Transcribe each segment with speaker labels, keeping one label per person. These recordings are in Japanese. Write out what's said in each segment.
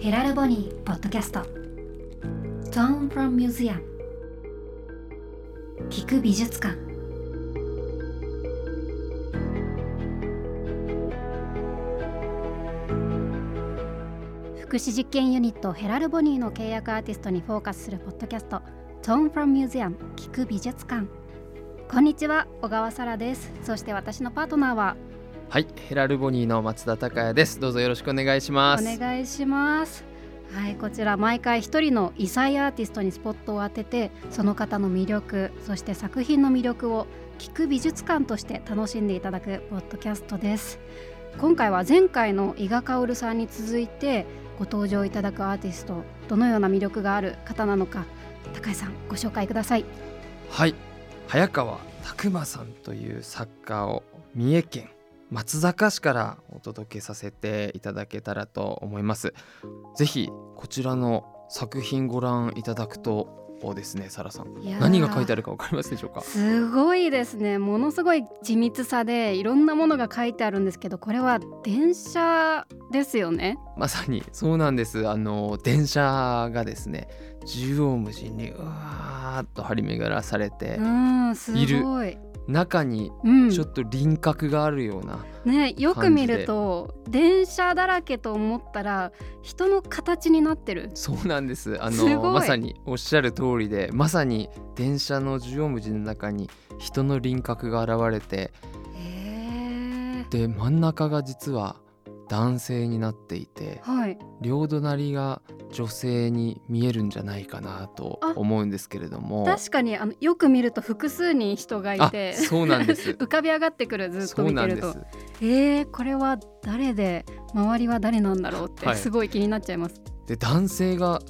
Speaker 1: ヘラルボニーポッドキャスト Tone from Museum 聞く美術館福祉実験ユニットヘラルボニーの契約アーティストにフォーカスするポッドキャスト Tone from Museum 聞く美術館こんにちは小川沙羅ですそして私のパートナーは
Speaker 2: はい、ヘラルボニーの松田孝也です。どうぞよろしくお願いし
Speaker 1: お
Speaker 2: ます。
Speaker 1: 願いします。はい、こちら毎回一人の異彩アーティストにスポットを当ててその方の魅力そして作品の魅力を聞く美術館として楽しんでいただくポッドキャストです今回は前回の伊賀薫さんに続いてご登場いただくアーティストどのような魅力がある方なのか高井さんご紹介ください
Speaker 2: はい、早川拓馬さんという作家を三重県松坂市からお届けさせていただけたらと思います。ぜひこちらの作品ご覧いただくとですね、サラさん。何が書いてあ
Speaker 1: る
Speaker 2: るかわかりますでしょうか。
Speaker 1: すごいですねものすごい緻密さでいろんなものが書いてあるんですけどこれは電車ですよね
Speaker 2: まさにそうなんです。あの電車がですね、縦横無尽にうわーっと張り巡らされて
Speaker 1: う、ん、すごい。
Speaker 2: 中に
Speaker 1: うん、
Speaker 2: ちょっと輪郭があるような。
Speaker 1: ね、よく見ると電車だらけと思ったら人の形になってる。
Speaker 2: そうなんですあ
Speaker 1: すご
Speaker 2: の
Speaker 1: い
Speaker 2: まさにおっしゃる通りでまさに電車の縦横無尽の中に人の輪郭が現れて
Speaker 1: へえ。
Speaker 2: で真ん中が実は男性になっていて
Speaker 1: はい。
Speaker 2: 両隣が女性に見えるんじゃないかなと思うんですけれども
Speaker 1: 確かにあのよく見ると複数人人がいて
Speaker 2: あ、そうな んです
Speaker 1: 浮かび上がってくるずっと
Speaker 2: そう
Speaker 1: 見て
Speaker 2: なん
Speaker 1: る
Speaker 2: です
Speaker 1: と。ええ、これは誰で周りは誰なんだろうって
Speaker 2: はい
Speaker 1: すごい気になっちゃいます。
Speaker 2: で男性が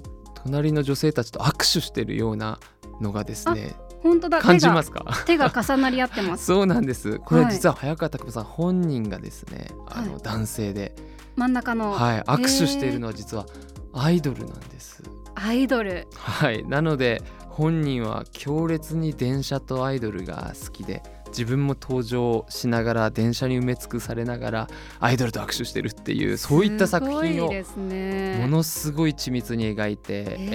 Speaker 2: 隣の女性たちと握手してるようなのがですね
Speaker 1: 本当だ。。
Speaker 2: 感じますすか
Speaker 1: 手が重なり合ってま す。
Speaker 2: そうなんですこれ
Speaker 1: はい
Speaker 2: 実は早川拓馬さん本人がですねあ
Speaker 1: は
Speaker 2: の男性で
Speaker 1: 真ん中の
Speaker 2: はい、握手しているのは実はアイドルなんです。
Speaker 1: アイドル。
Speaker 2: はい、なので本人は強烈に電車とアイドルが好きで自分も登場しながら電車に埋め尽くされながらアイドルと握手してるっていうそういった作品
Speaker 1: すごい
Speaker 2: を
Speaker 1: ですね。
Speaker 2: ものすごい緻密に描いてえい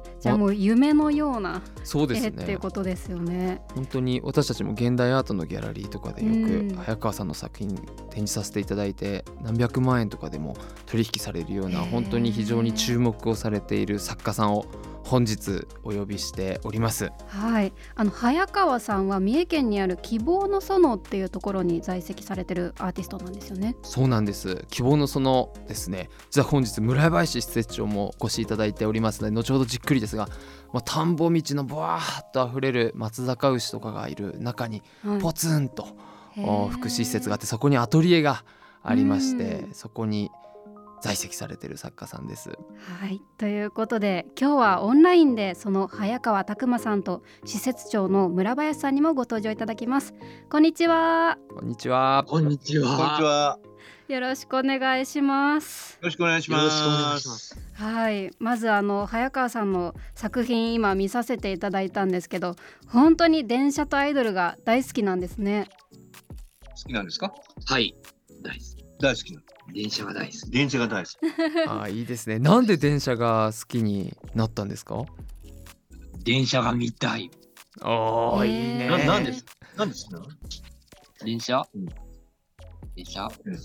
Speaker 1: え
Speaker 2: て
Speaker 1: ー、じゃあもう夢のような
Speaker 2: そうです
Speaker 1: 絵ってい
Speaker 2: ね
Speaker 1: うことですよね。
Speaker 2: 本当に私たちも現代アートのギャラリーとかでよ
Speaker 1: うん
Speaker 2: く早川さんの作品展示させていただいて何百万円とかでも取引されるような
Speaker 1: へー
Speaker 2: 本当に非常に注目をされている作家さんを本日お呼びしております
Speaker 1: はい、あの早川さんは三重県にある希望の園っていうところに在籍されてるアーティストなんですよね。
Speaker 2: そうなんです希望のそのですね実は本日村林施設長もお越しいただいておりますので後ほどじっくりですが、まあ、田んぼ道のぶわーっとあふれる松坂牛とかがいる中に
Speaker 1: はい
Speaker 2: ポツンと
Speaker 1: へー
Speaker 2: お福祉施設があってそこにアトリエがありまして
Speaker 1: うん
Speaker 2: そこに在籍されてる作家さんです。
Speaker 1: はい、ということで今日はオンラインでその早川拓馬さんと施設長の村林さんにもご登場いただきます。こんにちは。
Speaker 2: こんにちは。
Speaker 3: こんにちは。
Speaker 4: こんにちは。よ
Speaker 1: よろしくお願いします。
Speaker 4: ろしくお願いし
Speaker 3: よ
Speaker 4: ます。
Speaker 3: ろしくお願いします。
Speaker 1: はい、まずあの早川さんの作品今見させていただいたんですけど本当に電車とアイドルが大好きなんですね
Speaker 4: 好きなんですか？
Speaker 3: はい。大好き。
Speaker 4: 大好きなの。
Speaker 3: 電車が大好き。
Speaker 4: 電車が大好き。
Speaker 2: あーいいですね。なんで電車が好きになったんですか。
Speaker 3: 電車が見たい。
Speaker 2: あ
Speaker 1: ーいいねえー
Speaker 4: ななんです？なんですか？
Speaker 3: 電車、
Speaker 4: うん
Speaker 3: 電車
Speaker 4: うん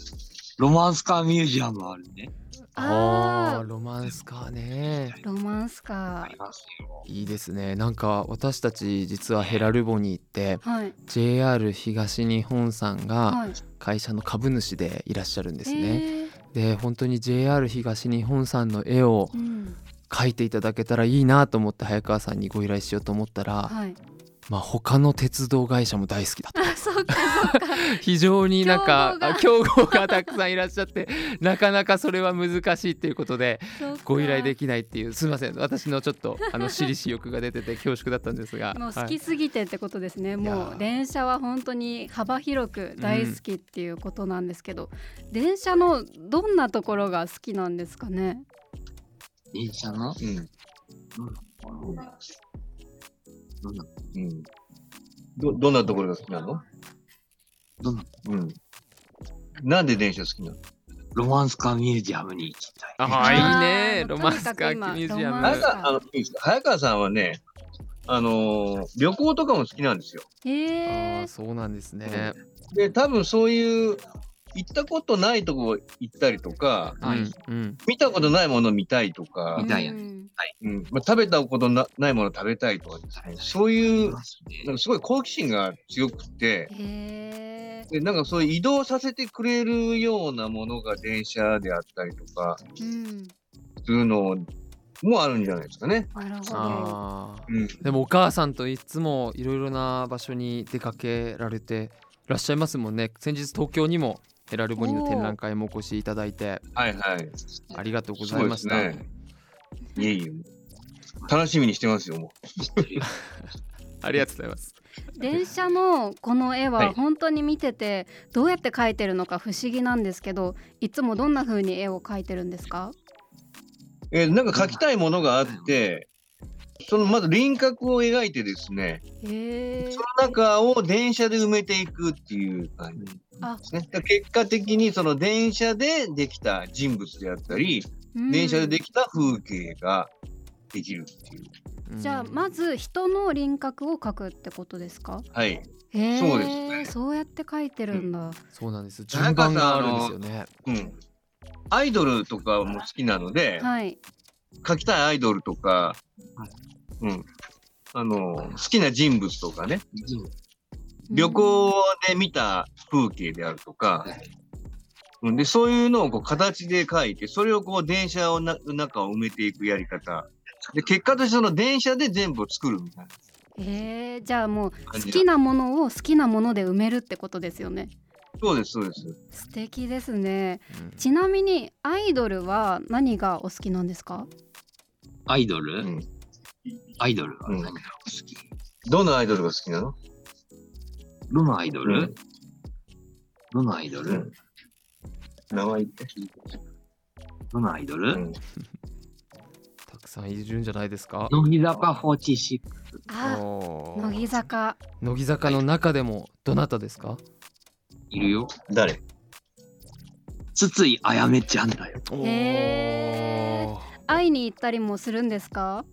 Speaker 3: ロマンスカーミュージアムあるね。
Speaker 2: あ
Speaker 1: あ
Speaker 2: ーロマンスカーね。
Speaker 1: ロマンスか
Speaker 3: ありますよ。
Speaker 2: いいですね。なんか私たち実はヘラルボに行って
Speaker 1: はい、
Speaker 2: JR 東日本さんが
Speaker 1: はい、
Speaker 2: 会社の株主でいらっしゃるんですね。
Speaker 1: えー
Speaker 2: で本当に JR 東日本さんの絵を
Speaker 1: うん、
Speaker 2: 書いていただけたらいいなと思って早川さんにご依頼しようと思ったら、
Speaker 1: はい、
Speaker 2: まあ他の鉄道会社も大好きだ と
Speaker 1: あ、そうか、そうか、
Speaker 2: 非常になんかあ 競
Speaker 1: 競
Speaker 2: 合がたくさんいらっしゃってなかなかそれは難しいっていうことで
Speaker 1: そうか
Speaker 2: ご依頼できないっていうすいません私のちょっとあの私利私欲が出てて恐縮だったんですが
Speaker 1: もう
Speaker 2: は
Speaker 1: 好き
Speaker 2: い
Speaker 1: すぎてってことですね、
Speaker 2: や
Speaker 1: も
Speaker 2: ー
Speaker 1: う電車は本当に幅広く大好きっていうことなんですけど、電車のどんなところが好きなんですかね
Speaker 3: 電車の
Speaker 4: うん
Speaker 3: うんどんな
Speaker 4: うん。どどんなところが好きなの？
Speaker 3: どんな
Speaker 4: うん。なんで電車好きなの？
Speaker 3: ロマンスカーミュージアムに行きたい。
Speaker 2: ああ、いいね
Speaker 1: あ。ー
Speaker 2: ロマンスカーミュージ
Speaker 1: とに
Speaker 2: ア
Speaker 1: かく今ロマン
Speaker 4: 早
Speaker 1: ス
Speaker 2: ム。
Speaker 1: カ
Speaker 4: 川あのいいですか早川さんはね、あのー旅行とかも好きなんですよ。
Speaker 2: あ
Speaker 1: え
Speaker 2: あ、
Speaker 1: ー、
Speaker 2: そうなんですね。
Speaker 4: で、多分そういう行ったことないとこ行ったりとか、
Speaker 2: う
Speaker 3: はい
Speaker 2: ん、うん。
Speaker 4: 見たことないもの見たいとか
Speaker 3: み、たいやね
Speaker 1: うん
Speaker 4: うんまあ、食べたことなないもの食べたいとか、そういう、なんかすごい好奇心が強くて、
Speaker 1: へえ
Speaker 4: でなんかそういう移動させてくれるようなものが電車であったりとか、
Speaker 1: ー、うん、
Speaker 4: するのもあるんじゃないですかね。
Speaker 1: なるほど。
Speaker 2: ああ。
Speaker 4: うん、
Speaker 2: でもお母さんといつもいろいろな場所に出かけられてらっしゃいますもんね先日東京にもヘラルボニの展覧会もお越しいただいて
Speaker 4: はいはい。
Speaker 2: ありがとうございました、
Speaker 4: そうですねいえいえ。楽しみにしてますよ、も
Speaker 2: ありがとうございます
Speaker 1: 電車のこの絵
Speaker 4: は
Speaker 1: はい本当に見ててどうやって描いてるのか不思議なんですけど、いつもどんな風に絵を描いてるんですか？
Speaker 4: う。えーなんか描きたいものがあって、そのまず輪郭を描いてですね、
Speaker 1: へえ
Speaker 4: その中を電車で埋めていくっていう感じ
Speaker 1: あ、
Speaker 4: ですね。だから結果的にその電車でできた人物であったり、
Speaker 1: うん
Speaker 4: 電車でできた風景ができるっていう。
Speaker 2: うん
Speaker 1: じゃあまず人の輪郭を描くってことですか？
Speaker 4: はい。
Speaker 1: へえ
Speaker 4: そうですね
Speaker 1: そうやって描いてるんだ。
Speaker 2: そうなんです順番があるんですよね
Speaker 4: うん。アイドルとかも好きなので、
Speaker 1: はい。
Speaker 4: 書きたいアイドルとか、うん、あの好きな人物とかね旅行で見た風景であるとか、うん、でそういうのをこう形で書いてそれをこう電車をなの中を埋めていくやり方で結果としてその電車で全部を作るみたい
Speaker 1: うん。へえじゃあもう
Speaker 4: な
Speaker 1: 好
Speaker 4: 感じ
Speaker 1: きなものを好きなもので埋めるってことですよね。
Speaker 4: そうですそうです
Speaker 1: 素敵ですね。
Speaker 2: うん
Speaker 1: ちなみにアイドルは何がお好きなんですか？
Speaker 3: アイドル、
Speaker 4: うん
Speaker 3: アイドルは
Speaker 4: うん
Speaker 3: 何が好き、
Speaker 4: どのアイドルが好きなの
Speaker 3: どのアイドル、
Speaker 4: うん
Speaker 3: どのアイドル、
Speaker 4: うん名前言って、
Speaker 3: どのアイドル、
Speaker 4: うん
Speaker 2: たくさんいるんじゃないですか
Speaker 3: 乃木坂46。
Speaker 1: あ、
Speaker 2: おー
Speaker 1: 乃木坂。
Speaker 2: 乃木坂の中でもどなたですか
Speaker 3: いるよ。
Speaker 4: 誰
Speaker 3: 筒井あやめちゃんだよ。
Speaker 1: へー
Speaker 2: おー
Speaker 1: 会いに行ったりもするんですか？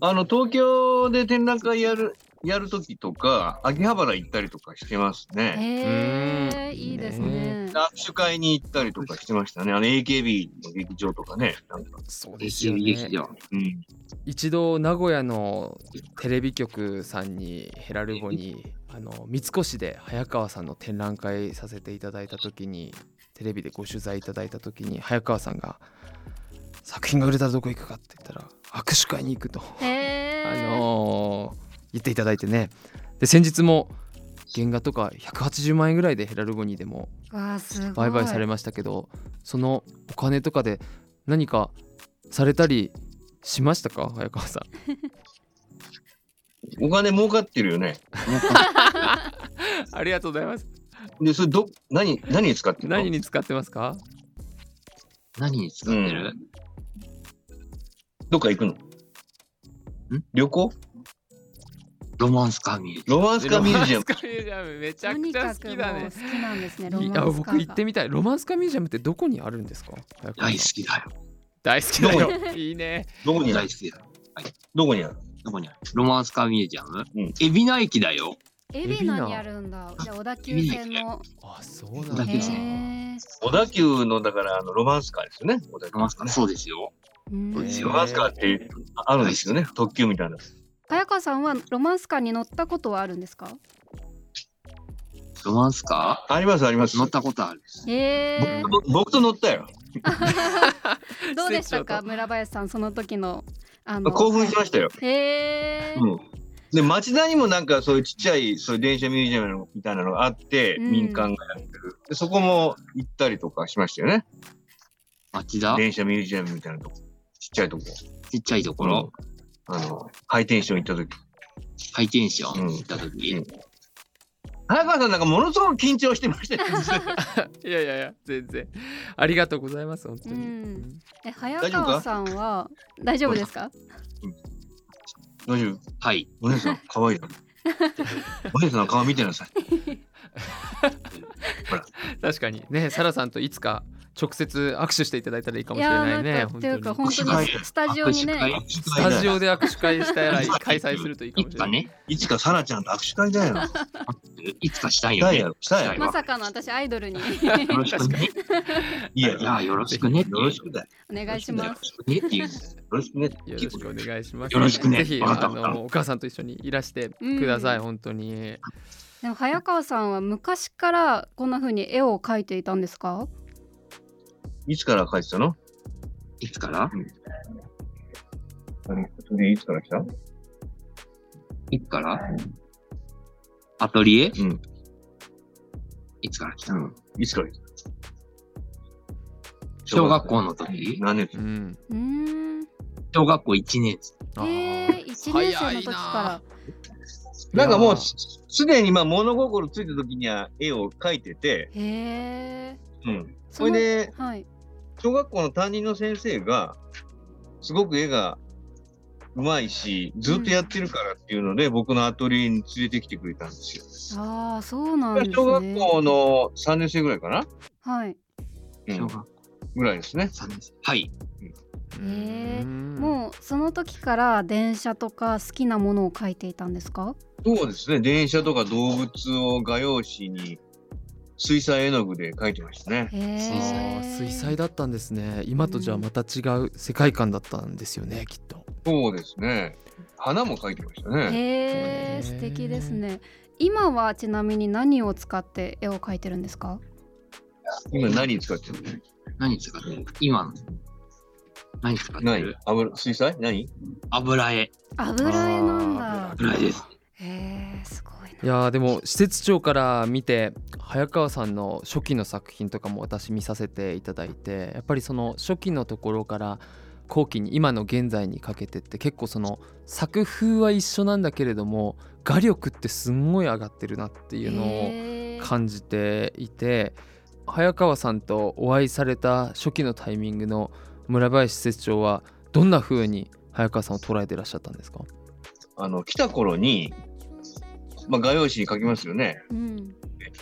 Speaker 4: あの東京で展覧会やるやる時とか秋葉原行ったりとかしてますね。
Speaker 1: へ
Speaker 2: う
Speaker 1: え
Speaker 2: ん
Speaker 1: いいですね。
Speaker 4: 握手会に行ったりとかしてましたね。あの AKB の劇場とかね。なんか
Speaker 2: そうですよ
Speaker 3: ACB
Speaker 2: ね
Speaker 3: 劇場。
Speaker 4: うん、
Speaker 2: 一度名古屋のテレビ局さんにヘラルボにあの三越で早川さんの展覧会させていただいた時にテレビでご取材いただいた時に早川さんが「作品が売れたらどこ行くか?」って言ったら「握手会に行くと」
Speaker 1: へえ。
Speaker 2: あのー言っていただいてねで先日も原画とか180万円ぐらいでヘラルボニーでも
Speaker 1: わあすごい。
Speaker 2: 売買されましたけどそのお金とかで何かされたりしましたか早川さん。
Speaker 4: お金儲かってるよね。
Speaker 2: ありがとうございます。
Speaker 4: で、それど、何、何に使ってるの
Speaker 2: 何に使ってますか？
Speaker 3: 何に使ってる、
Speaker 4: どっか行くの旅行
Speaker 3: ロマンスカーミュージ
Speaker 4: ロマンスカーミュージア
Speaker 2: ロ
Speaker 4: ム。
Speaker 2: マンスカミュージアムめちゃ
Speaker 1: と
Speaker 2: く
Speaker 1: に
Speaker 2: ちゃ
Speaker 1: か
Speaker 2: 好
Speaker 1: く
Speaker 2: き
Speaker 1: も
Speaker 2: だ
Speaker 1: う
Speaker 2: ね
Speaker 1: 好。きなんですね。ロマン
Speaker 2: い
Speaker 1: スカーが
Speaker 2: や僕行ってみたい。ロマンスカミュージアムってどこにあるんですか？早
Speaker 3: ア
Speaker 2: 川さ
Speaker 3: ム。大好
Speaker 2: ん
Speaker 3: きだよ。
Speaker 2: 大好きだよ。いいね。
Speaker 4: どこにあ
Speaker 3: 大
Speaker 4: る
Speaker 3: 好きだよ。
Speaker 4: どこにある
Speaker 3: どこにあるロマンスカーミュージアム、
Speaker 4: うん
Speaker 3: 海老名駅だよ。
Speaker 1: 海老名にあるんだ。じゃあ小田急線の。
Speaker 2: あ、そうなんだ。
Speaker 3: 海
Speaker 1: へ
Speaker 3: 老名
Speaker 1: え。
Speaker 4: 小田急の、だから、あの、ロマンスカーですよね。小田急
Speaker 3: ロマンスカー、そうですよ。
Speaker 1: うん
Speaker 3: そうです
Speaker 4: ロマンスカーってあるんですよね。特急みたいな。
Speaker 1: 早川さんはロマンスカーに乗ったことはあるんですか？
Speaker 3: ロマンスカ
Speaker 4: あります、あります
Speaker 3: ー乗。ったことある。
Speaker 1: へえ。
Speaker 4: ぼ僕と乗ったよ。
Speaker 1: どうでした
Speaker 2: 施設だ
Speaker 1: か
Speaker 2: と
Speaker 1: 村林さんその時のあの。
Speaker 4: 興奮しましたよ。
Speaker 1: た。へえ。
Speaker 4: うん。で、町田にもなんかそういうちっちゃい、そういう電車ミュージアムみたいなのがあって、
Speaker 1: うん
Speaker 4: 民間がやってる。で、そこも行ったりとかしましたよね。
Speaker 3: 町田
Speaker 4: 電車ミュージアムみたいなとこ。ちっちゃいとこ。
Speaker 3: ちっちゃいところ、
Speaker 4: あの、ハイテンション行った時。
Speaker 3: ハイテンション行った時、
Speaker 4: うん早川さんなんかものすごく緊張してましたよ、ね。
Speaker 2: いやいやいや全然。ありがとうございます本当に。
Speaker 1: うん
Speaker 2: うん
Speaker 1: え早川さんは大丈夫ですか？
Speaker 4: 大丈夫
Speaker 3: はい。
Speaker 4: お姉さん、可愛いな。お姉さんの顔見てなさい。
Speaker 2: 確かにねサラさんといつか直接握手していただいたらいいか
Speaker 1: い
Speaker 2: もしれ
Speaker 1: や
Speaker 2: ない
Speaker 1: ー
Speaker 2: ね
Speaker 1: なんかって いうか
Speaker 2: 本
Speaker 1: 本当にスタジオにね
Speaker 3: 握手
Speaker 2: 当
Speaker 3: 会
Speaker 2: にスタジオで握手会したら開催するといいか
Speaker 3: い
Speaker 2: もしれ
Speaker 3: つか
Speaker 2: ない
Speaker 3: ね、
Speaker 4: いつかサラちゃんと握手会だよ。
Speaker 3: いつかしたい
Speaker 4: し
Speaker 3: よ
Speaker 4: たい
Speaker 3: ね
Speaker 4: や。ろ、したいやろ。
Speaker 1: まさかの私アイドルに
Speaker 3: よろしくね。
Speaker 4: いや
Speaker 3: いや、よろしくね。
Speaker 4: よろしくだよ。
Speaker 1: お願いし
Speaker 4: よ
Speaker 1: ま
Speaker 4: ろ
Speaker 1: す。
Speaker 4: しくねっていう。よろしくね。
Speaker 2: よろしくお願いします。
Speaker 3: よろしくね
Speaker 2: ぜひ
Speaker 3: わかった
Speaker 2: あ
Speaker 3: わかった
Speaker 2: のお母さんと一緒にいらしてください、
Speaker 1: うん
Speaker 2: 本当に。
Speaker 1: でも早川さんは昔からこんな風に絵を描いていたんですか？
Speaker 4: いつから書いてたの
Speaker 3: いつから
Speaker 4: でいつから来たう
Speaker 3: いつからアトリエ
Speaker 4: ん。
Speaker 3: いつから来た
Speaker 4: うん。いつから来た
Speaker 3: 小学校の時
Speaker 4: 何年
Speaker 2: う
Speaker 4: 生
Speaker 2: ん。
Speaker 1: うーん。
Speaker 3: 小学校1年生。
Speaker 2: あー
Speaker 1: ええ一年生の時か
Speaker 4: なんかもう、すすでにまあ物心ついた時には絵を描いてて、
Speaker 1: ら。へえ。
Speaker 4: うん。そ
Speaker 1: そ
Speaker 4: れ
Speaker 1: の
Speaker 4: で、
Speaker 1: はい。
Speaker 4: 小学校の担任の先生が、すごく絵がうまいし、ずっとやってるからっていうので、僕のアトリエに連れてきてくれたんですよ。
Speaker 1: ああそうなんですね。
Speaker 4: 小学校の3年生ぐらいかな、
Speaker 1: はい。
Speaker 4: うん
Speaker 3: 小学校
Speaker 4: ぐらいですね。
Speaker 3: 3年生。はい。
Speaker 1: えー
Speaker 2: も
Speaker 1: もうその時から電車とか好きなものを描いていたんですか？
Speaker 4: そうですね。電車とか動物を画用紙に水彩絵の具で描いてましたね。
Speaker 1: へえ。
Speaker 2: 水彩だったんですね。今とじゃあまた違う世界観だったんですよね、きっと。
Speaker 4: そうですね。花も描いてました
Speaker 1: へ
Speaker 4: ね。
Speaker 2: へー
Speaker 1: え素敵ですね。今はちなみに何を使って絵を描いてるんですか？
Speaker 4: 今何使ってる
Speaker 3: 何使ってる今の。何使っ
Speaker 4: の
Speaker 3: て
Speaker 4: 何
Speaker 3: る
Speaker 4: 油水彩何
Speaker 3: 油絵。
Speaker 1: 油絵なん
Speaker 2: あ
Speaker 1: だ。
Speaker 2: ー
Speaker 3: 油絵です。
Speaker 1: へえすごいな。
Speaker 2: いやーでも施設長から見て早川さんの初期の作品とかも私見させていただいてやっぱりその初期のところから後期に今の現在にかけてって結構その作風は一緒なんだけれども画力ってすんごい上がってるなっていうのを
Speaker 1: へー
Speaker 2: 感じていて早川さんとお会いされた初期のタイミングの村林施設長はどんな風に早川さんを捉えてらっしゃったんですか
Speaker 4: あの、来た頃に、まあ、画用紙に描きますよね。
Speaker 1: うん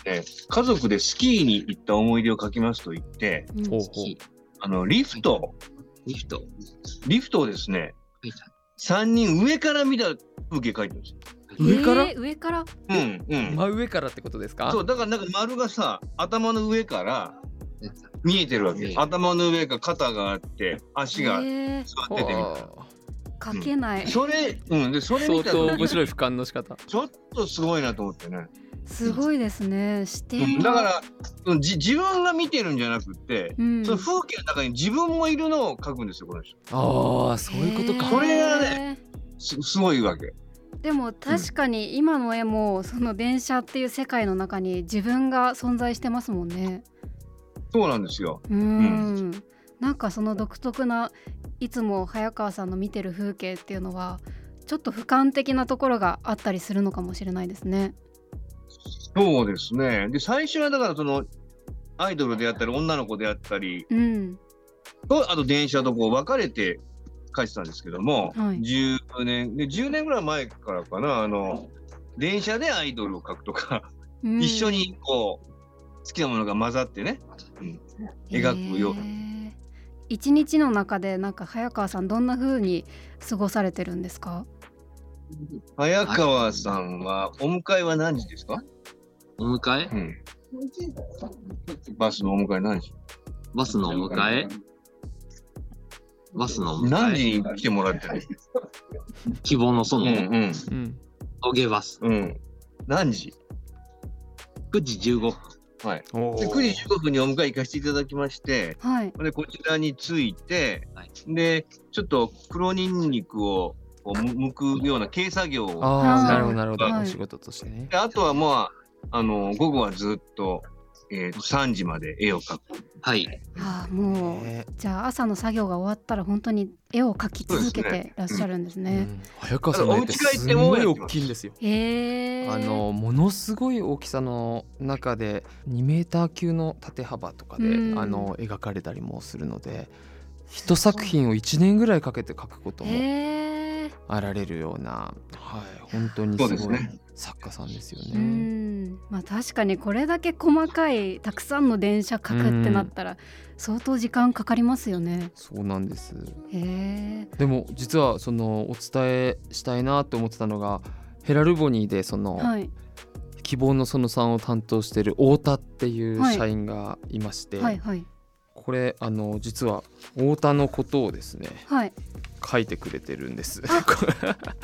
Speaker 4: で家族でスキーに行った思い出を描きますと言って、
Speaker 1: うん
Speaker 2: ほうほ
Speaker 3: 火
Speaker 4: あの、リフト、
Speaker 3: リフト。
Speaker 4: リフトをですね、
Speaker 3: はいた。
Speaker 4: 3人上から見た風景描いてるんですよ。
Speaker 2: 上から
Speaker 1: えー上から
Speaker 4: うん、うん。
Speaker 2: 真上からってことですか
Speaker 4: そうだからなんか丸がさ頭の上から
Speaker 3: やっ
Speaker 4: 見えてるわけ、
Speaker 3: 見える
Speaker 4: 頭の上が肩があって足が
Speaker 1: えー
Speaker 4: 座っててみたいな、
Speaker 1: 描けない、
Speaker 4: それうんでそれ見
Speaker 2: 相
Speaker 4: た
Speaker 2: 当
Speaker 4: ら
Speaker 2: 面白い俯瞰の仕方
Speaker 4: ちょっとすごいなと思ってね、
Speaker 1: すごいですね視
Speaker 4: うん
Speaker 1: 点
Speaker 4: だ
Speaker 1: が
Speaker 4: からうんじ自分が見てるんじゃなくって、
Speaker 1: うん
Speaker 4: その風景の中に自分もいるのを描くんですよこの人
Speaker 2: ああそういうこと
Speaker 1: へー
Speaker 2: か
Speaker 4: これがすすごいわけ
Speaker 1: でも確かに今の絵もその電車っていう世界の中に自分が存在してますもんね
Speaker 4: そうなんですよ
Speaker 1: うん、なんかその独特ないつも早川さんの見てる風景っていうのはちょっと俯瞰的なところがあったりするのかもしれないですね
Speaker 4: そうですねで最初はだからそのアイドルであったり女の子であったり
Speaker 1: うん
Speaker 4: とあと電車とこう分かれて書いてたんですけども、
Speaker 1: はい
Speaker 4: 10年で10年ぐらい前からかなあの電車でアイドルを描くとか、
Speaker 1: うん
Speaker 4: 一緒にこう好きなものが混ざってね、うん描くよう
Speaker 1: へー一日の中でなんか早川さんどんな風に過ごされてるんですか？
Speaker 4: 早川さんはお迎えは何時ですか、
Speaker 3: お迎え
Speaker 4: うん、バスのお迎え何時
Speaker 3: バスのお迎えバスのお迎え
Speaker 4: 何時に来てもらってる
Speaker 3: 希望の
Speaker 4: う
Speaker 3: 園、
Speaker 4: んうん
Speaker 2: うん
Speaker 3: トゲバス。
Speaker 4: うん何時
Speaker 3: 9時15分。
Speaker 4: はい
Speaker 2: お
Speaker 4: で
Speaker 2: ー
Speaker 4: 9時15分にお迎え行かせていただきまして
Speaker 1: はい。
Speaker 4: でこちらに着いて
Speaker 3: はい。
Speaker 4: でちょっと黒ニンニクをこうむ剥くような軽作業を
Speaker 2: あ
Speaker 1: は
Speaker 2: あ
Speaker 1: い
Speaker 2: なるほどなるほど、
Speaker 1: はい
Speaker 2: お仕事としてね
Speaker 4: であとはまああの午後はずっと,、えーと3時まで絵を描く
Speaker 3: はい。
Speaker 1: ああもう
Speaker 2: ね
Speaker 1: じゃあ朝の作業が終わったら本当に絵を描き続けてらっしゃるんです
Speaker 2: う
Speaker 1: ね。
Speaker 2: ん早川さんの絵ってすごい大きいんですよ
Speaker 1: へえ。
Speaker 2: あのものすごい大きさの中で2メーター級の縦幅とかで、
Speaker 1: うん
Speaker 2: あの描かれたりもするので一作品を1年ぐらいかけて描くことも
Speaker 1: へえ。
Speaker 2: あられるような、はい、本当にす
Speaker 4: そ
Speaker 2: ご
Speaker 4: う
Speaker 2: い
Speaker 4: ですね
Speaker 2: 作家さんですよ
Speaker 1: う
Speaker 2: ね。
Speaker 1: んまあ、確かにこれだけ細かいたくさんの電車書くってなったら相当時間かかりますよね。
Speaker 2: そうなんです
Speaker 1: へえ
Speaker 2: でも実はそのお伝えしたいなと思ってたのがヘラルボニーでその
Speaker 1: はい
Speaker 2: 希望のそのさんを担当している太田っていう
Speaker 1: はい
Speaker 2: 社員がいまして、
Speaker 1: はいはい
Speaker 2: これあの実は太田のことをですね
Speaker 1: はい。
Speaker 2: 書いてくれてるんです。
Speaker 1: あこ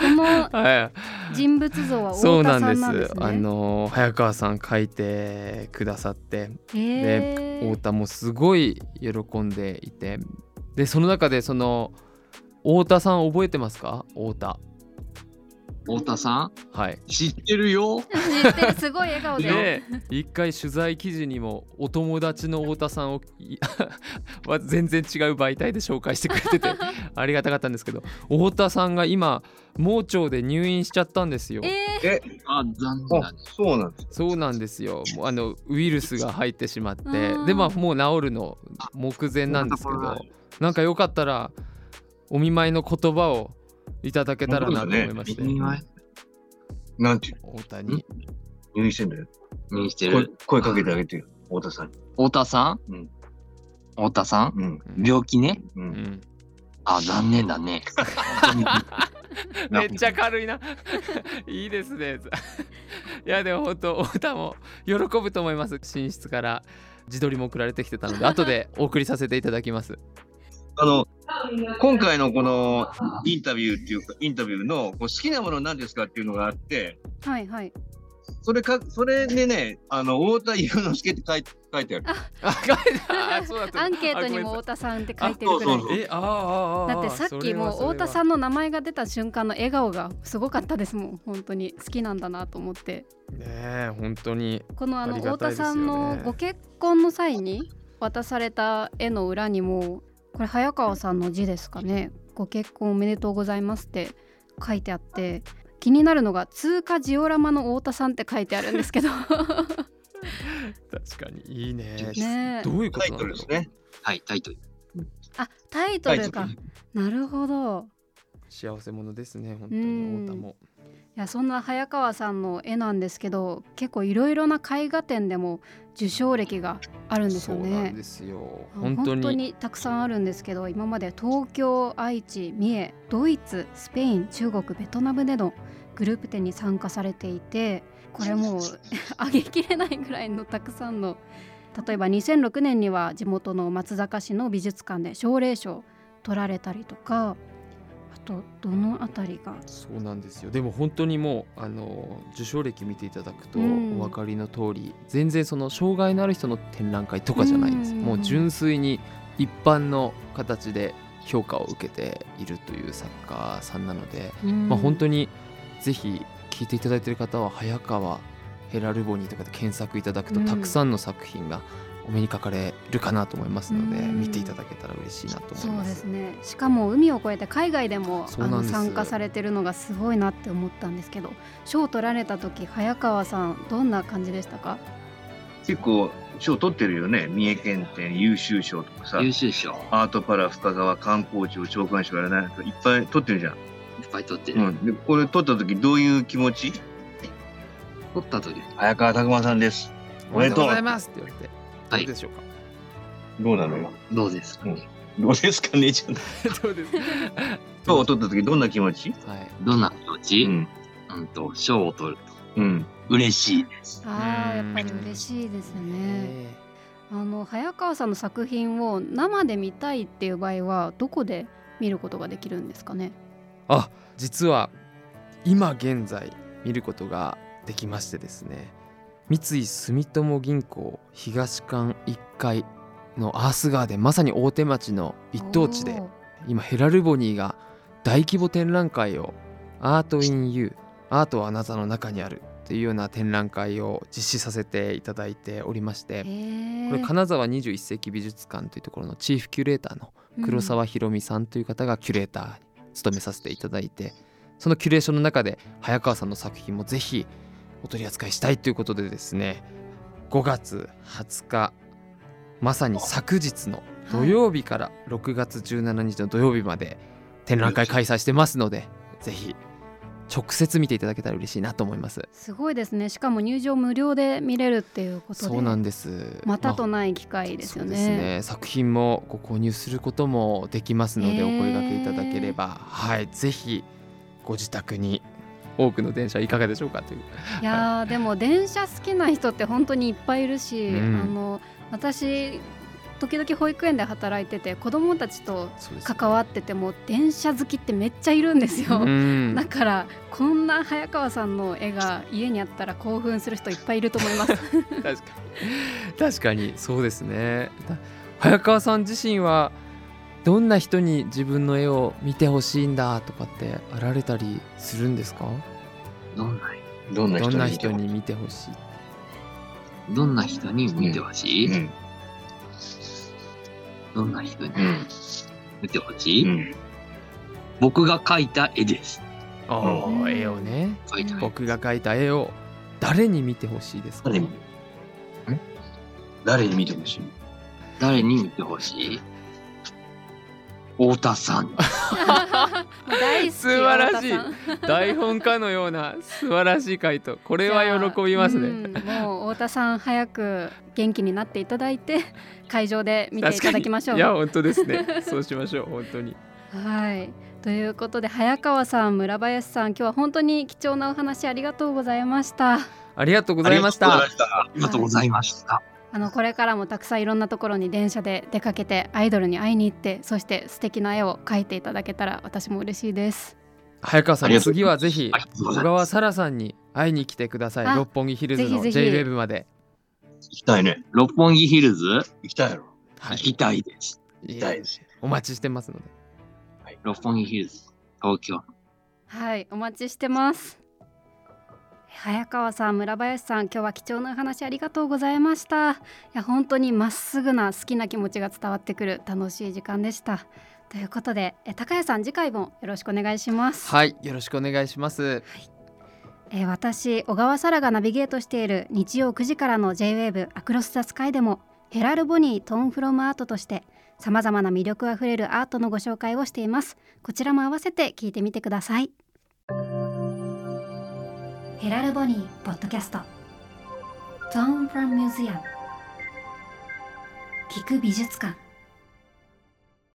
Speaker 1: の
Speaker 2: はい、
Speaker 1: 人物像は
Speaker 2: そう
Speaker 1: 太
Speaker 2: な
Speaker 1: 田さ
Speaker 2: んで
Speaker 1: んなんで
Speaker 2: す
Speaker 1: すね。
Speaker 2: あの早川さん書いてくださって
Speaker 1: へ
Speaker 2: 太
Speaker 1: え
Speaker 2: 田もすごい喜んでいてでその中でその太田さん覚えてますか太田
Speaker 3: 太田さ
Speaker 2: はい
Speaker 3: ん知ってるよ。
Speaker 1: 知ってるすごい笑顔で。
Speaker 2: で一回取材記事にもお友達の太田さんをい は全然違う媒体で紹介してくれ ててありがたかったんですけど太田さんが今盲腸で入院しちゃったんですよ
Speaker 1: ええ
Speaker 3: あ、残念
Speaker 4: あ
Speaker 3: だね。
Speaker 4: そうなんです
Speaker 2: そうなんですよもうあのウイルスが入ってしまって
Speaker 1: うん
Speaker 2: でまあもう治るの目前なんですけ
Speaker 3: そんな
Speaker 2: ど
Speaker 3: とこ
Speaker 2: なんかよかったらお見舞いの言葉をいただけたらなと思いまして、
Speaker 3: 見舞い
Speaker 4: なんていう
Speaker 2: 大谷
Speaker 4: 入院してんだよ
Speaker 3: 見して
Speaker 4: 声
Speaker 3: る。
Speaker 4: 声かけてあげてよ太田さんに
Speaker 3: 太田さん、
Speaker 4: うん
Speaker 3: 太田さん
Speaker 4: うん
Speaker 3: 病気ね。
Speaker 4: う
Speaker 2: うんん、
Speaker 3: あ、残念だね。
Speaker 2: めっちゃ軽いな いいですねいやでも本当太田も喜ぶと思います寝室から自撮りも送られてきてた ので後でお送りさせていただきます
Speaker 4: あの今回のこのインタビューっていうかインタビューのこう好きなものなんですかっていうのがあって
Speaker 1: はいはい。
Speaker 4: それかそれでねあの太田雄之介って書い書いてある
Speaker 2: あ書いてあそうだった
Speaker 1: アンケートにも
Speaker 2: あごめんな
Speaker 1: 太
Speaker 2: さ
Speaker 1: 田さんって書いてるく
Speaker 4: あ
Speaker 1: らい
Speaker 4: そうそう。そう
Speaker 2: えああああ
Speaker 1: だってさっきもう太田
Speaker 2: ん
Speaker 1: さんの名前が出た瞬間の笑顔がすごかったですもん本当に好きなんだなと思って
Speaker 2: ねえ本当に
Speaker 1: このあの
Speaker 2: あり
Speaker 1: 太
Speaker 2: が
Speaker 1: 田
Speaker 2: たいですよ
Speaker 1: さ
Speaker 2: ね
Speaker 1: んのご結婚の際に渡された絵の裏にもこれ早川さんの字ですかね「ご結婚おめでとうございます」って書いてあって気になるのが「通過ジオラマの太田さん」って書いてあるんですけ ど
Speaker 2: 確かにいいね
Speaker 1: ねえ
Speaker 2: どういうこ
Speaker 4: タ
Speaker 2: となんだろ
Speaker 4: イトル
Speaker 2: う
Speaker 4: ですね
Speaker 3: はい、タイトル。
Speaker 1: あタイトルかなるほど
Speaker 2: 幸せ者ですね本当
Speaker 1: う
Speaker 2: に
Speaker 1: ん
Speaker 2: 太田も
Speaker 1: いやそんな早川さんの絵なんですけど結構いろいろな絵画展でも受賞歴があるんです
Speaker 2: そ
Speaker 1: よ
Speaker 2: う
Speaker 1: ね。
Speaker 2: なんですよ
Speaker 1: あ
Speaker 2: 本当に
Speaker 1: たくさんあるんですけど今まで東京愛知三重ドイツスペイン中国ベトナムでのグループ展に参加されていてこれ もう上げきれないぐらいのたくさんの例えば2006年には地元の松坂市の美術館で奨励賞を取られたりとかあとどのあたりが
Speaker 2: そうなんですよでも本当にもうあの受賞歴見ていただくとお
Speaker 1: うん
Speaker 2: 分かりの通り、全然その障害のある人の展覧会とかじゃないんです、
Speaker 1: うん
Speaker 2: もう純粋に一般の形で評価を受けているという作家さんなので、まあ、本当にぜひ聞いていただいている方は早川ヘラルボニーとかで検索いただくと、
Speaker 1: うん
Speaker 2: たくさんの作品がお目にかかれるかなと思いますので、
Speaker 1: うん
Speaker 2: 見ていただけたら嬉しいなと思い
Speaker 1: そう
Speaker 2: ま。
Speaker 1: ですすねしかも海を越えて海外でも
Speaker 2: そう
Speaker 1: あ
Speaker 2: なん
Speaker 1: の
Speaker 2: です
Speaker 1: 参加されてるのがすごいなって思ったんですけど賞を取られた時早川さんどんな感じでしたか
Speaker 4: 結構賞取ってるよね三重県展優秀賞とかさ
Speaker 3: 優秀賞。
Speaker 4: アートパラ深川観光庁長官賞やらないとかいっぱい取ってるじゃん、
Speaker 3: いっぱい撮ってる。
Speaker 4: うん、でこれ取った時どういう気持ち
Speaker 3: 撮った時。
Speaker 4: 早川拓磨さんです
Speaker 2: おめでとうございますって言われて、
Speaker 3: はい
Speaker 2: どうでしょうか
Speaker 4: どうなのよ
Speaker 3: どうですか、ね
Speaker 4: どうですかねじゃん
Speaker 2: どうですか。
Speaker 4: 賞を取った時どんな気持ち
Speaker 2: はい。
Speaker 3: どんな気持ち、
Speaker 4: う
Speaker 3: うん、
Speaker 4: ん
Speaker 3: と、賞を取ると
Speaker 4: うん
Speaker 3: 嬉しいです。
Speaker 1: あーや
Speaker 2: う
Speaker 1: っ
Speaker 2: ん
Speaker 1: ぱり嬉しいですねあの早川さんの作品を生で見たいっていう場合はどこで見ることができるんですかね
Speaker 2: あ、実は今現在見ることができましてですね。三井住友銀行東館1階のアースガーデンまさに大手町の一等地で
Speaker 1: おー
Speaker 2: 今ヘラルボニーが大規模展覧会をアートインユーアートはあなたの中にあるというような展覧会を実施させていただいておりまして、
Speaker 1: へー
Speaker 2: これ金沢21世紀美術館というところのチーフキュレーターの黒沢ひろみさんという方がキュレーターに務めさせていただいてそのキュレーションの中で早川さんの作品もぜひお取り扱いしたいということでですね5月20日まさに昨日の土曜日から6月17日の土曜日まで展覧会開催してますので、ぜひ直接見ていただけたら嬉しいなと思います。
Speaker 1: すごいですねしかも入場無料で見れるっていうことで
Speaker 2: そうなんです。
Speaker 1: またと
Speaker 2: まあ
Speaker 1: ない機会ですよね,、
Speaker 2: そうですね作品もご購入することもできますので、
Speaker 1: へー
Speaker 2: お声掛けいただければ、はい、ぜひご自宅に多くの電車いかがでしょうかという。
Speaker 1: いやーでも電車好きな人って本当にいっぱいいるし、
Speaker 2: うん
Speaker 1: あの私時々保育園で働いてて子供たちと
Speaker 2: そうですね
Speaker 1: 関わってても電車好きってめっちゃいるんですよ、
Speaker 2: うん
Speaker 1: だからこんな早川さんの絵が家にあったら興奮する人いっぱいいると思います
Speaker 2: 確かに確かにそうですねだ早川さん自身はどんな人に自分の絵を見てほしいんだとかってあられたりするんですか
Speaker 3: どんな、
Speaker 4: どんな
Speaker 2: ど
Speaker 4: 人
Speaker 2: ん
Speaker 4: に
Speaker 2: な
Speaker 4: 見て
Speaker 2: 人
Speaker 4: も
Speaker 2: に見てほしい
Speaker 3: どんな人に見てほしい、
Speaker 4: うん
Speaker 3: どんな人に
Speaker 4: うん
Speaker 3: 見てほしい、
Speaker 4: うん
Speaker 3: 僕が描いた絵です。
Speaker 2: あ
Speaker 1: うん
Speaker 2: ー絵をね
Speaker 3: 描いた絵。
Speaker 2: 僕が描いた絵を誰に見てほしいですか
Speaker 3: 誰に
Speaker 4: 誰に見てほしい
Speaker 3: 誰に見てほしい太田さ ん。
Speaker 1: 大好き
Speaker 2: 素晴らしい
Speaker 1: 太田さん
Speaker 2: 台本家のような素晴らしい回答これは喜びますね、
Speaker 1: じゃあうんもう太田さん早く元気になっていただいて会場で見ていただきましょう
Speaker 2: いや本当ですねそうしましょう本当に
Speaker 1: はいということで早川さん村林さん今日は本当に貴重なお話ありがとうございました
Speaker 2: ありがとうございました
Speaker 4: ありがとうございました
Speaker 3: ありがとうございました。
Speaker 1: あのこれからもたくさんいろんなところに電車で出かけてアイドルに会いに行ってそして素敵な絵を描いていただけたら私も嬉しいです
Speaker 2: 早川さ
Speaker 4: あり
Speaker 2: ん
Speaker 4: がとうござ
Speaker 2: 次
Speaker 4: い
Speaker 2: はぜひ
Speaker 3: ありがとうご
Speaker 2: 小
Speaker 3: ざいま
Speaker 2: 川沙羅さんに会いに来てくださ
Speaker 1: あ
Speaker 2: い六本木ヒルズの
Speaker 1: ぜひぜひ
Speaker 2: JWEB まで、
Speaker 4: 行きたいね
Speaker 3: す。六本木ヒルズ
Speaker 4: 行きたいやろ
Speaker 2: は
Speaker 3: 行きたいです。
Speaker 4: 行きたいですよ
Speaker 2: お待ちしてますので
Speaker 3: 六本木ヒルズ、東京。
Speaker 1: はいお待ちしてます早川さん村林さん今日は貴重なお話ありがとうございましたいや本当にまっすぐな好きな気持ちが伝わってくる楽しい時間でしたということでえ高谷さん次回もよろしくお願いします
Speaker 2: はいよろしくお願いします
Speaker 1: えー私小川沙羅がナビゲートしている日曜9時からの JWAVE アクロス・ザ・スカイでもヘラルボニートーンフロムアートとしてさまざまな魅力あふれるアートのご紹介をしていますこちらも合わせて聞いてみてくださいヘラルボニーポッドキャストトーンフロムミュージアム聞く美術館